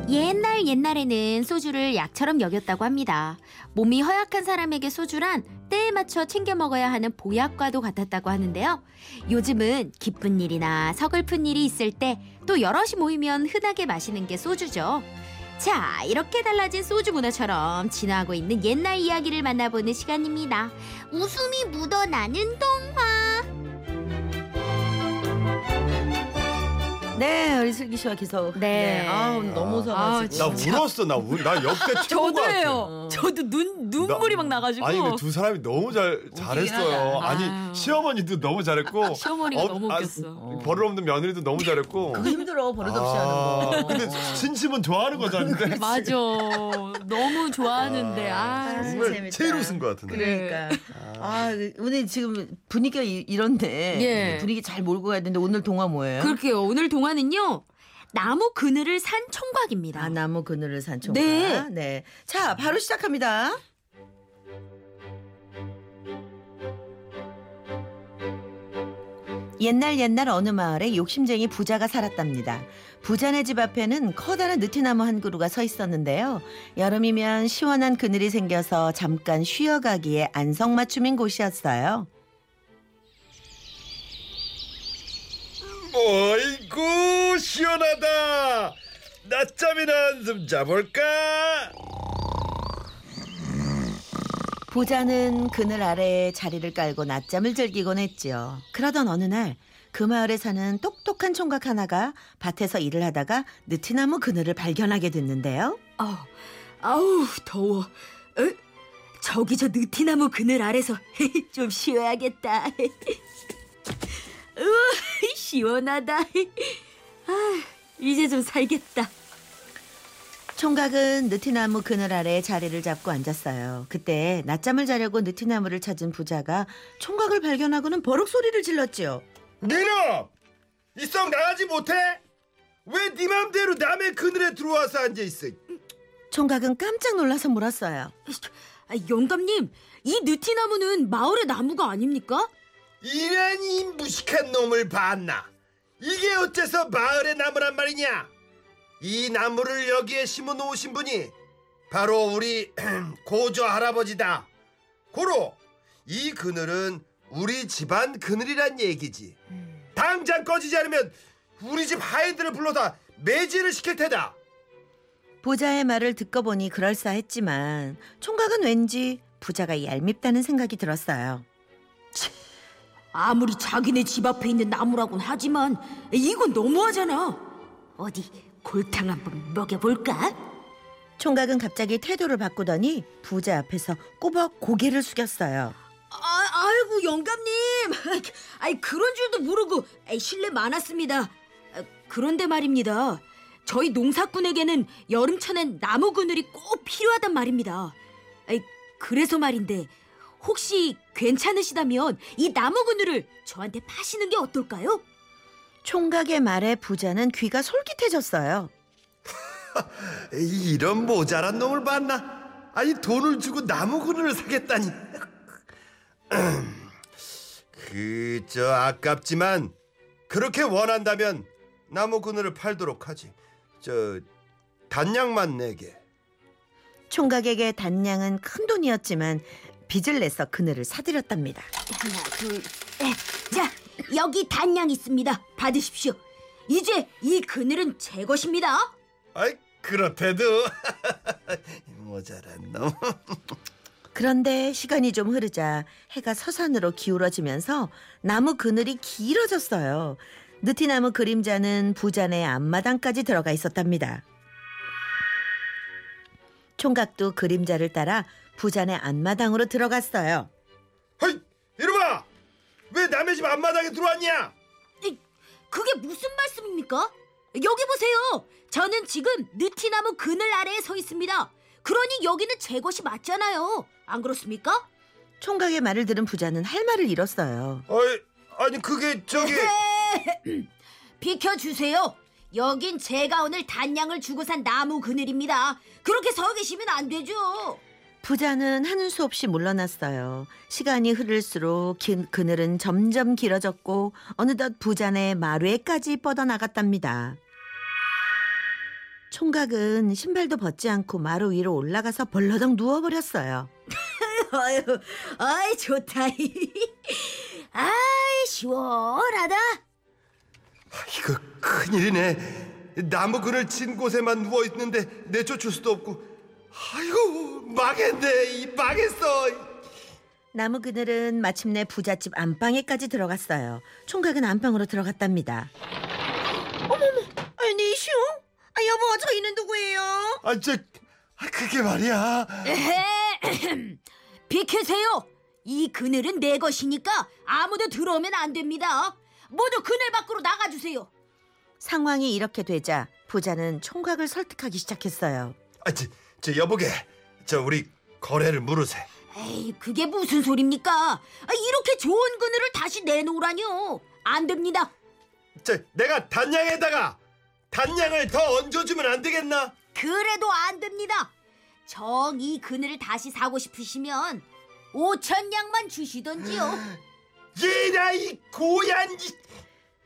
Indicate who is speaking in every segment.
Speaker 1: 사람들은 옛날에는 소주를 약처럼 여겼다고 합니다. 몸이 허약한 사람에게 소주란 때에 맞춰 챙겨 먹어야 하는 보약과도 같았다고 하는데요. 요즘은 기쁜 일이나 서글픈 일이 있을 때 또 여럿이 모이면 흔하게 마시는 게 소주죠. 자, 이렇게 달라진 소주 문화처럼 진화하고 있는 옛날 이야기를 만나보는 시간입니다.
Speaker 2: 웃음이 묻어나는 동화.
Speaker 3: 네, 우리 슬기 씨와 기서.
Speaker 1: 네.
Speaker 3: 아, 오늘 너무
Speaker 4: 아,
Speaker 3: 웃어가지고.
Speaker 4: 나 울었어. 나, 울, 나 역대 최고 같아.
Speaker 3: 같아요.
Speaker 1: 저도 눈 막 나가지고.
Speaker 4: 아니 근데 두 사람이 너무 잘 잘했어요.
Speaker 3: 하다.
Speaker 4: 아니
Speaker 1: 아유.
Speaker 4: 시어머니도 너무 잘했고
Speaker 1: 시어머니가
Speaker 4: 어,
Speaker 1: 너무
Speaker 4: 아,
Speaker 1: 웃겼어.
Speaker 3: 어.
Speaker 4: 버릇없는 며느리도 너무 잘했고.
Speaker 3: 그거 힘들어 버릇없이
Speaker 4: 아,
Speaker 3: 하는 거.
Speaker 4: 근데 진심은 좋아하는 거잖아. 근데.
Speaker 1: 맞아. 너무 좋아하는데 아,
Speaker 3: 아,
Speaker 4: 정말
Speaker 3: 재밌다.
Speaker 4: 제일 웃은 것 같은데.
Speaker 3: 그러니까. 아, 오늘 지금 분위기가 이- 이런데
Speaker 1: 예.
Speaker 3: 분위기 잘 몰고 가야 되는데 오늘 동화 뭐예요?
Speaker 1: 그렇게요. 오늘 동화는요. 나무 그늘을 산 청각입니다.
Speaker 3: 아, 나무 그늘을 산 총각.
Speaker 1: 네.
Speaker 3: 네. 자, 바로 시작합니다. 옛날 옛날 어느 마을에 욕심쟁이 부자가 살았답니다. 부자네 집 앞에는 커다란 느티나무 한 그루가 서 있었는데요. 여름이면 시원한 그늘이 생겨서 잠깐 쉬어가기에 안성맞춤인 곳이었어요.
Speaker 4: 어이구 시원하다. 낮잠이나 한숨 자볼까?
Speaker 3: 부자는 그늘 아래에 자리를 깔고 낮잠을 즐기곤 했지요. 그러던 어느 날 그 마을에 사는 똑똑한 총각 하나가 밭에서 일을 하다가 느티나무 그늘을 발견하게 됐는데요.
Speaker 1: 아우, 아우 더워. 에? 저기 저 느티나무 그늘 아래서 좀 쉬어야겠다. 으아, 시원하다. 아, 이제 좀 살겠다.
Speaker 3: 총각은 느티나무 그늘 아래에 자리를 잡고 앉았어요. 그때 낮잠을 자려고 느티나무를 찾은 부자가 총각을 발견하고는 버럭 소리를 질렀지요.
Speaker 4: 니놈! 이성 나가지 못해? 왜 네 맘대로 남의 그늘에 들어와서 앉아있어?
Speaker 3: 총각은 깜짝 놀라서 물었어요.
Speaker 1: 아, 영감님, 이 느티나무는 마을의 나무가 아닙니까?
Speaker 4: 이런 이 무식한 놈을 봤나? 이게 어째서 마을의 나무란 말이냐? 이 나무를 여기에 심어 놓으신 분이 바로 우리 고조 할아버지다. 고로 이 그늘은 우리 집안 그늘이란 얘기지. 당장 꺼지지 않으면 우리 집 하인들을 불러다 매질을 시킬 테다.
Speaker 3: 부자의 말을 듣고 보니 그럴싸했지만 총각은 왠지 부자가 얄밉다는 생각이 들었어요.
Speaker 1: 아무리 자기네 집 앞에 있는 나무라곤 하지만 이건 너무하잖아. 어디 골탕 한번 먹여볼까?
Speaker 3: 총각은 갑자기 태도를 바꾸더니 부자 앞에서 꼬박 고개를 숙였어요.
Speaker 1: 아, 아이고 영감님, 아이 그런 줄도 모르고 아이, 실례 많았습니다. 아, 그런데 말입니다. 저희 농사꾼에게는 여름철엔 나무 그늘이 꼭 필요하단 말입니다. 아이, 그래서 말인데 혹시 괜찮으시다면 이 나무 그늘을 저한테 파시는 게 어떨까요?
Speaker 3: 총각의 말에 부자는 귀가 솔깃해졌어요.
Speaker 4: 에이, 이런 모자란 놈을 봤나? 아니 돈을 주고 나무 그늘을 사겠다니. 그저 아깝지만 그렇게 원한다면 나무 그늘을 팔도록 하지. 저 단양만 내게.
Speaker 3: 총각에게 단양은 큰 돈이었지만 빚을 내서 그늘을 사들였답니다.
Speaker 1: 하나, 둘, 셋. 자, 여기 단양 있습니다. 받으십시오. 이제 이 그늘은 제 것입니다.
Speaker 4: 아이 그렇대도 모자란 놈.
Speaker 3: 그런데 시간이 좀 흐르자 해가 서산으로 기울어지면서 나무 그늘이 길어졌어요. 느티나무 그림자는 부자네 앞마당까지 들어가 있었답니다. 총각도 그림자를 따라 부자네 앞마당으로 들어갔어요.
Speaker 4: 헐 이놈아 왜 남의 집 앞마당에 들어왔냐?
Speaker 1: 그게 무슨 말씀입니까? 여기 보세요. 저는 지금 느티나무 그늘 아래에 서 있습니다. 그러니 여기는 제 것이 맞잖아요. 안 그렇습니까?
Speaker 3: 총각의 말을 들은 부자는 할 말을 잃었어요.
Speaker 4: 아이 아니 그게 저기
Speaker 1: 비켜주세요. 여긴 제가 오늘 단양을 주고 산 나무 그늘입니다. 그렇게 서 계시면 안 되죠.
Speaker 3: 부자는 하는 수 없이 물러났어요. 시간이 흐를수록 긴 그늘은 점점 길어졌고 어느덧 부자네 마루에까지 뻗어나갔답니다. 총각은 신발도 벗지 않고 마루 위로 올라가서 벌러덩 누워버렸어요.
Speaker 5: 어휴, 어이 좋다. 아이 시원하다.
Speaker 4: 이거 큰일이네. 나무 그늘 친 곳에만 누워 있는데 내쫓을 수도 없고. 아이고 망했네. 이 망했어.
Speaker 3: 나무 그늘은 마침내 부잣집 안방에까지 들어갔어요. 총각은 안방으로 들어갔답니다.
Speaker 5: 아니 슝. 아 여보 저희는 누구예요?
Speaker 4: 아, 저, 아, 그게 말이야.
Speaker 5: 비켜세요. 이 그늘은 내 것이니까 아무도 들어오면 안 됩니다. 모두 그늘 밖으로 나가주세요.
Speaker 3: 상황이 이렇게 되자 부자는 총각을 설득하기 시작했어요.
Speaker 4: 아, 저, 저 여보게, 저 우리 거래를 물으세.
Speaker 5: 에이 그게 무슨 소리입니까? 아, 이렇게 좋은 그늘을 다시 내놓으라뇨. 안 됩니다.
Speaker 4: 저 내가 단양에다가 단양을 더 얹어주면 안 되겠나?
Speaker 5: 그래도 안 됩니다. 정 이 그늘을 다시 사고 싶으시면 5천 양만 주시던지요.
Speaker 4: 얘라 이 고얀 이.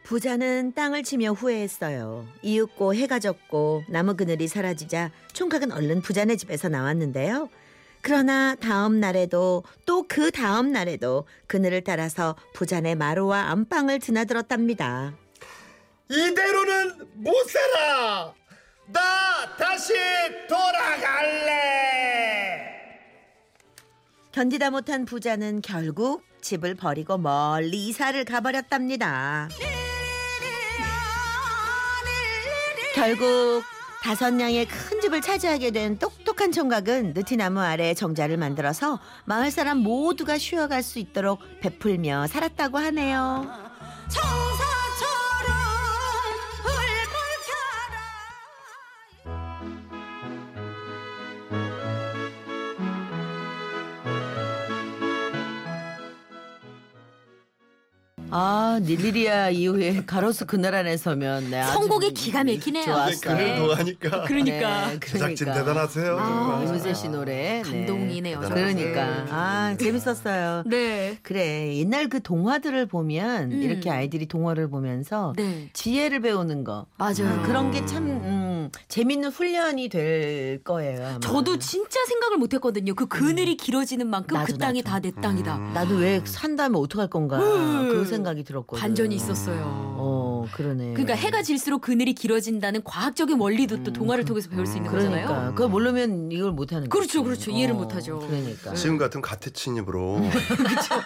Speaker 3: 부자는 땅을 치며 후회했어요. 이윽고 해가 졌고 나무 그늘이 사라지자 총각은 얼른 부자네 집에서 나왔는데요. 그러나 다음 날에도 또 그 다음 날에도 그늘을 따라서 부자네 마루와 안방을 드나들었답니다.
Speaker 4: 이대로는 못 살아. 나 다시 돌아갈래.
Speaker 3: 견디다 못한 부자는 결국 집을 버리고 멀리 이사를 가버렸답니다. 결국 다섯 냥의 큰 집을 차지하게 된 똑똑한 총각은 느티나무 아래 정자를 만들어서 마을 사람 모두가 쉬어갈 수 있도록 베풀며 살았다고 하네요. 아, 닐리리아 이후에 가로수 그늘 안에 서면 네, 아주
Speaker 1: 선곡이 기가 막히네요.
Speaker 4: 이제 그를
Speaker 1: 네.
Speaker 4: 동하니까
Speaker 1: 그러니까.
Speaker 3: 네, 그러니까.
Speaker 4: 그러니까. 제작진 대단하세요.
Speaker 1: 아,
Speaker 4: 정말.
Speaker 3: 이문세 어, 씨 노래 네.
Speaker 1: 감동이네요, 정말.
Speaker 3: 그러니까 아 재밌었어요.
Speaker 1: 네.
Speaker 3: 그래 옛날 그 동화들을 보면
Speaker 1: 음.
Speaker 3: 이렇게 아이들이 동화를 보면서
Speaker 1: 네.
Speaker 3: 지혜를 배우는 거
Speaker 1: 맞아요.
Speaker 3: 그런 게 참 음, 재밌는 훈련이 될 거예요. 아마.
Speaker 1: 저도 진짜 생각을 못 했거든요. 그 그늘이 길어지는 만큼
Speaker 3: 음. 나도,
Speaker 1: 그 땅이
Speaker 3: 나도.
Speaker 1: 다 내 땅이다.
Speaker 3: 나도 왜 산다면 어떡할 건가
Speaker 1: 음.
Speaker 3: 그 생각이 들었거든.
Speaker 1: 반전이 있었어요.
Speaker 3: 어 그러네. 음.
Speaker 1: 그러니까 해가 질수록 그늘이 길어진다는 과학적인 원리도 또 동화를 통해서 배울 수 있는 거잖아요.
Speaker 3: 그러니까 그걸 모르면 이걸 못 하는 어,
Speaker 1: 그렇죠, 그렇죠. 이해를 못하죠.
Speaker 3: 그러니까.
Speaker 4: 지금 같은 가태친입으로
Speaker 1: 바로.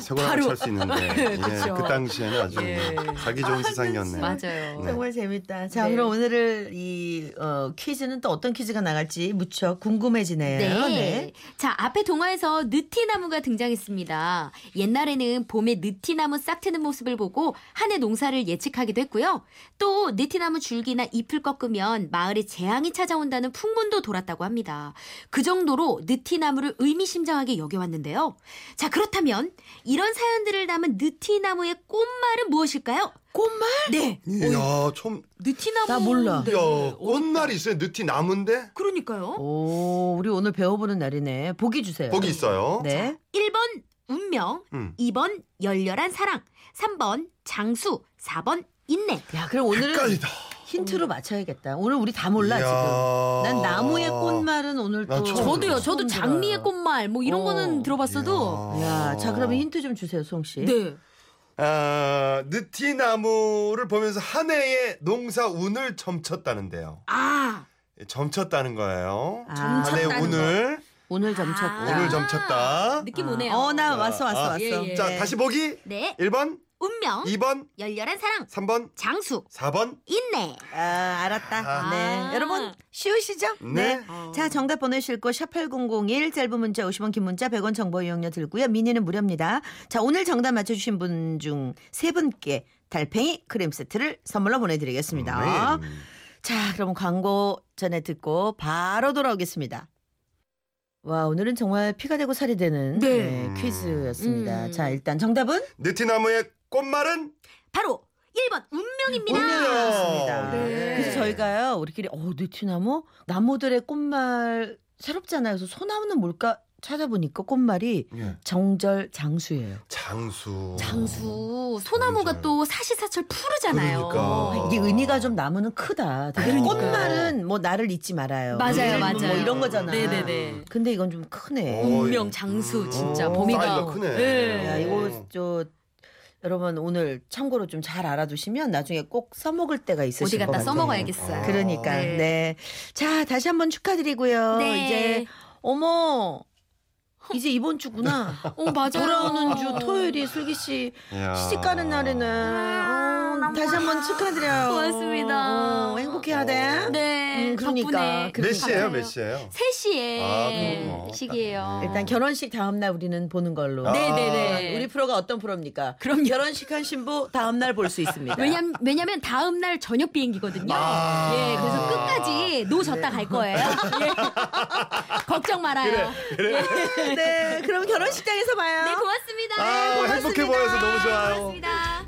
Speaker 4: 세고랑을 찰수 있는데
Speaker 3: 네,
Speaker 4: 예,
Speaker 1: 그쵸.
Speaker 4: 그 당시에는 아주
Speaker 1: 예.
Speaker 4: 사기 좋은 세상이었네요.
Speaker 1: 맞아요.
Speaker 4: 네.
Speaker 3: 정말 재밌다. 자,
Speaker 1: 네.
Speaker 3: 그럼 오늘을 이 어, 퀴즈는 또 어떤 퀴즈가 나갈지 무척 궁금해지네요.
Speaker 1: 네. 자, 앞에 동화에서 느티나무가 등장했습니다. 옛날에는 봄에 느티나무 싹 트는 모습을 보고 한 해 농사를 예측하기도 했고요. 또 느티나무 줄기나 잎을 꺾으면 마을에 재앙이 찾아온다는 풍문도 돌았다고 합니다. 그 정도로 느티나무를 의미심장하게 여겨왔는데요. 자, 그렇다면 이런 사연들을 담은 느티나무의 꽃말은 무엇일까요? 꽃말? 네.
Speaker 4: 이야, 좀,
Speaker 1: 느티나무.
Speaker 3: 나 몰라.
Speaker 1: 네.
Speaker 4: 야, 꽃날이 있어요. 느티 나무인데?
Speaker 1: 그러니까요.
Speaker 3: 오, 우리 오늘 배워보는 날이네. 보기 주세요.
Speaker 4: 거기 있어요.
Speaker 3: 네.
Speaker 1: 1번 운명,
Speaker 4: 음.
Speaker 1: 2번 열렬한 사랑, 3번 장수, 4번 인내.
Speaker 3: 야, 그럼 오늘은
Speaker 4: 헷갈리다.
Speaker 3: 힌트로 맞춰야겠다. 오늘 우리 다 몰라
Speaker 4: 이야. 아.
Speaker 3: 지금. 난 나무의 꽃말은 오늘
Speaker 4: 난
Speaker 3: 또
Speaker 4: 처음
Speaker 3: 처음
Speaker 1: 저도요.
Speaker 4: 들어요.
Speaker 1: 저도
Speaker 3: 들어요.
Speaker 1: 장미의 꽃말 뭐 이런
Speaker 3: 어.
Speaker 1: 거는 들어봤어도
Speaker 3: 야, 자 그러면 힌트 좀 주세요, 송 씨.
Speaker 1: 네.
Speaker 4: 아, 느티 나무를 보면서 한 해의 농사 운을 점쳤다는데요. 예,
Speaker 1: 아,
Speaker 4: 점쳤다는 거예요.
Speaker 3: 아,
Speaker 4: 한 해의
Speaker 1: 점쳤다는
Speaker 4: 운을
Speaker 3: 오늘 점쳤다.
Speaker 1: 아.
Speaker 4: 운을 점쳤다.
Speaker 1: 느낌
Speaker 3: 아.
Speaker 1: 오네요.
Speaker 3: 어, 나 왔어, 왔어,
Speaker 4: 아,
Speaker 3: 왔어.
Speaker 1: 예, 어? 예.
Speaker 4: 자, 다시 보기.
Speaker 1: 네.
Speaker 4: 1번,
Speaker 1: 운명,
Speaker 4: 2번,
Speaker 1: 열렬한 사랑,
Speaker 4: 3번,
Speaker 1: 장수,
Speaker 4: 4번.
Speaker 1: 인내.
Speaker 3: 아, 알았다.
Speaker 4: 아.
Speaker 3: 네. 여러분, 쉬우시죠?
Speaker 4: 네.
Speaker 3: 자, 정답 보내실 곳 샵8001 짧은 문자 50원 긴 문자 100원 정보 이용료 들고요. 미니는 무료입니다. 자, 오늘 정답 맞춰 주신 분 중 세 분께 달팽이 크림 세트를 선물로 보내 드리겠습니다.
Speaker 4: 네.
Speaker 3: 자, 그럼 광고 전에 듣고 바로 돌아오겠습니다. 와, 오늘은 정말 피가 되고 살이 되는
Speaker 1: 네.
Speaker 3: 네, 퀴즈였습니다.
Speaker 1: 음.
Speaker 3: 자, 일단 정답은
Speaker 4: 느티 나무의 꽃말은
Speaker 1: 바로 1번 운명입니다.
Speaker 3: 운명이었습니다.
Speaker 1: 네.
Speaker 3: 그래서 뭐, 저희가요 우리끼리 어 느티나무 나무들의 꽃말 새롭잖아요. 그래서 소나무는 뭘까 찾아보니까 꽃말이
Speaker 4: 예.
Speaker 3: 정절 장수예요.
Speaker 4: 장수.
Speaker 1: 장수 소나무가
Speaker 4: 그러니까요.
Speaker 1: 또 사시사철 푸르잖아요.
Speaker 4: 그러니까.
Speaker 3: 이게 은희가 좀 나무는 크다. 다들
Speaker 4: 그러니까요.
Speaker 3: 꽃말은 뭐 나를 잊지 말아요.
Speaker 1: 맞아요,
Speaker 3: 뭐
Speaker 1: 맞아요.
Speaker 3: 뭐 이런 거잖아.
Speaker 1: 네네네.
Speaker 3: 근데 이건 좀 크네.
Speaker 4: 어,
Speaker 1: 운명 장수 진짜
Speaker 4: 어,
Speaker 1: 범위가
Speaker 4: 사이즈가 크네.
Speaker 1: 네.
Speaker 3: 야, 이거 저 여러분 오늘 참고로 좀 잘 알아두시면 나중에 꼭 써먹을 때가 있으실
Speaker 1: 어디
Speaker 3: 것
Speaker 1: 갖다
Speaker 3: 같아요.
Speaker 1: 써먹어야겠어요.
Speaker 3: 그러니까
Speaker 1: 네.
Speaker 3: 네. 자 다시 한번 축하드리고요.
Speaker 1: 네.
Speaker 3: 이제 어머 이제 이번 주구나.
Speaker 1: 어 맞아요.
Speaker 3: 돌아오는 주 토요일이 슬기 씨
Speaker 4: 이야.
Speaker 3: 시집 가는 날이네. 어, 다시 한번 축하드려요.
Speaker 1: 아, 고맙습니다.
Speaker 3: 어, 행복해야 돼.
Speaker 1: 네.
Speaker 3: 음, 그러니까.
Speaker 1: 덕분에
Speaker 4: 몇 시예요? 몇
Speaker 1: 감사해요.
Speaker 4: 시예요?
Speaker 1: 3시에
Speaker 4: 아, 그렇구나. 어,
Speaker 1: 시기예요.
Speaker 3: 일단 결혼식 다음 날 우리는 보는 걸로.
Speaker 4: 아.
Speaker 1: 네네네.
Speaker 3: 우리 프로가 어떤 프로입니까? 그럼 결혼식 한 신부 다음 날 볼 수 있습니다.
Speaker 1: 왜냐면 왜냐면 다음 날 저녁 비행기거든요.
Speaker 4: 아. 네.
Speaker 1: 예, 그래서 끝까지 노졌다 갈 거예요. 예. 걱정 말아요.
Speaker 3: 네, 그럼 결혼식장에서 봐요.
Speaker 1: 네, 고맙습니다.
Speaker 4: 아, 행복해 보여서 너무 좋아요.
Speaker 1: 고맙습니다.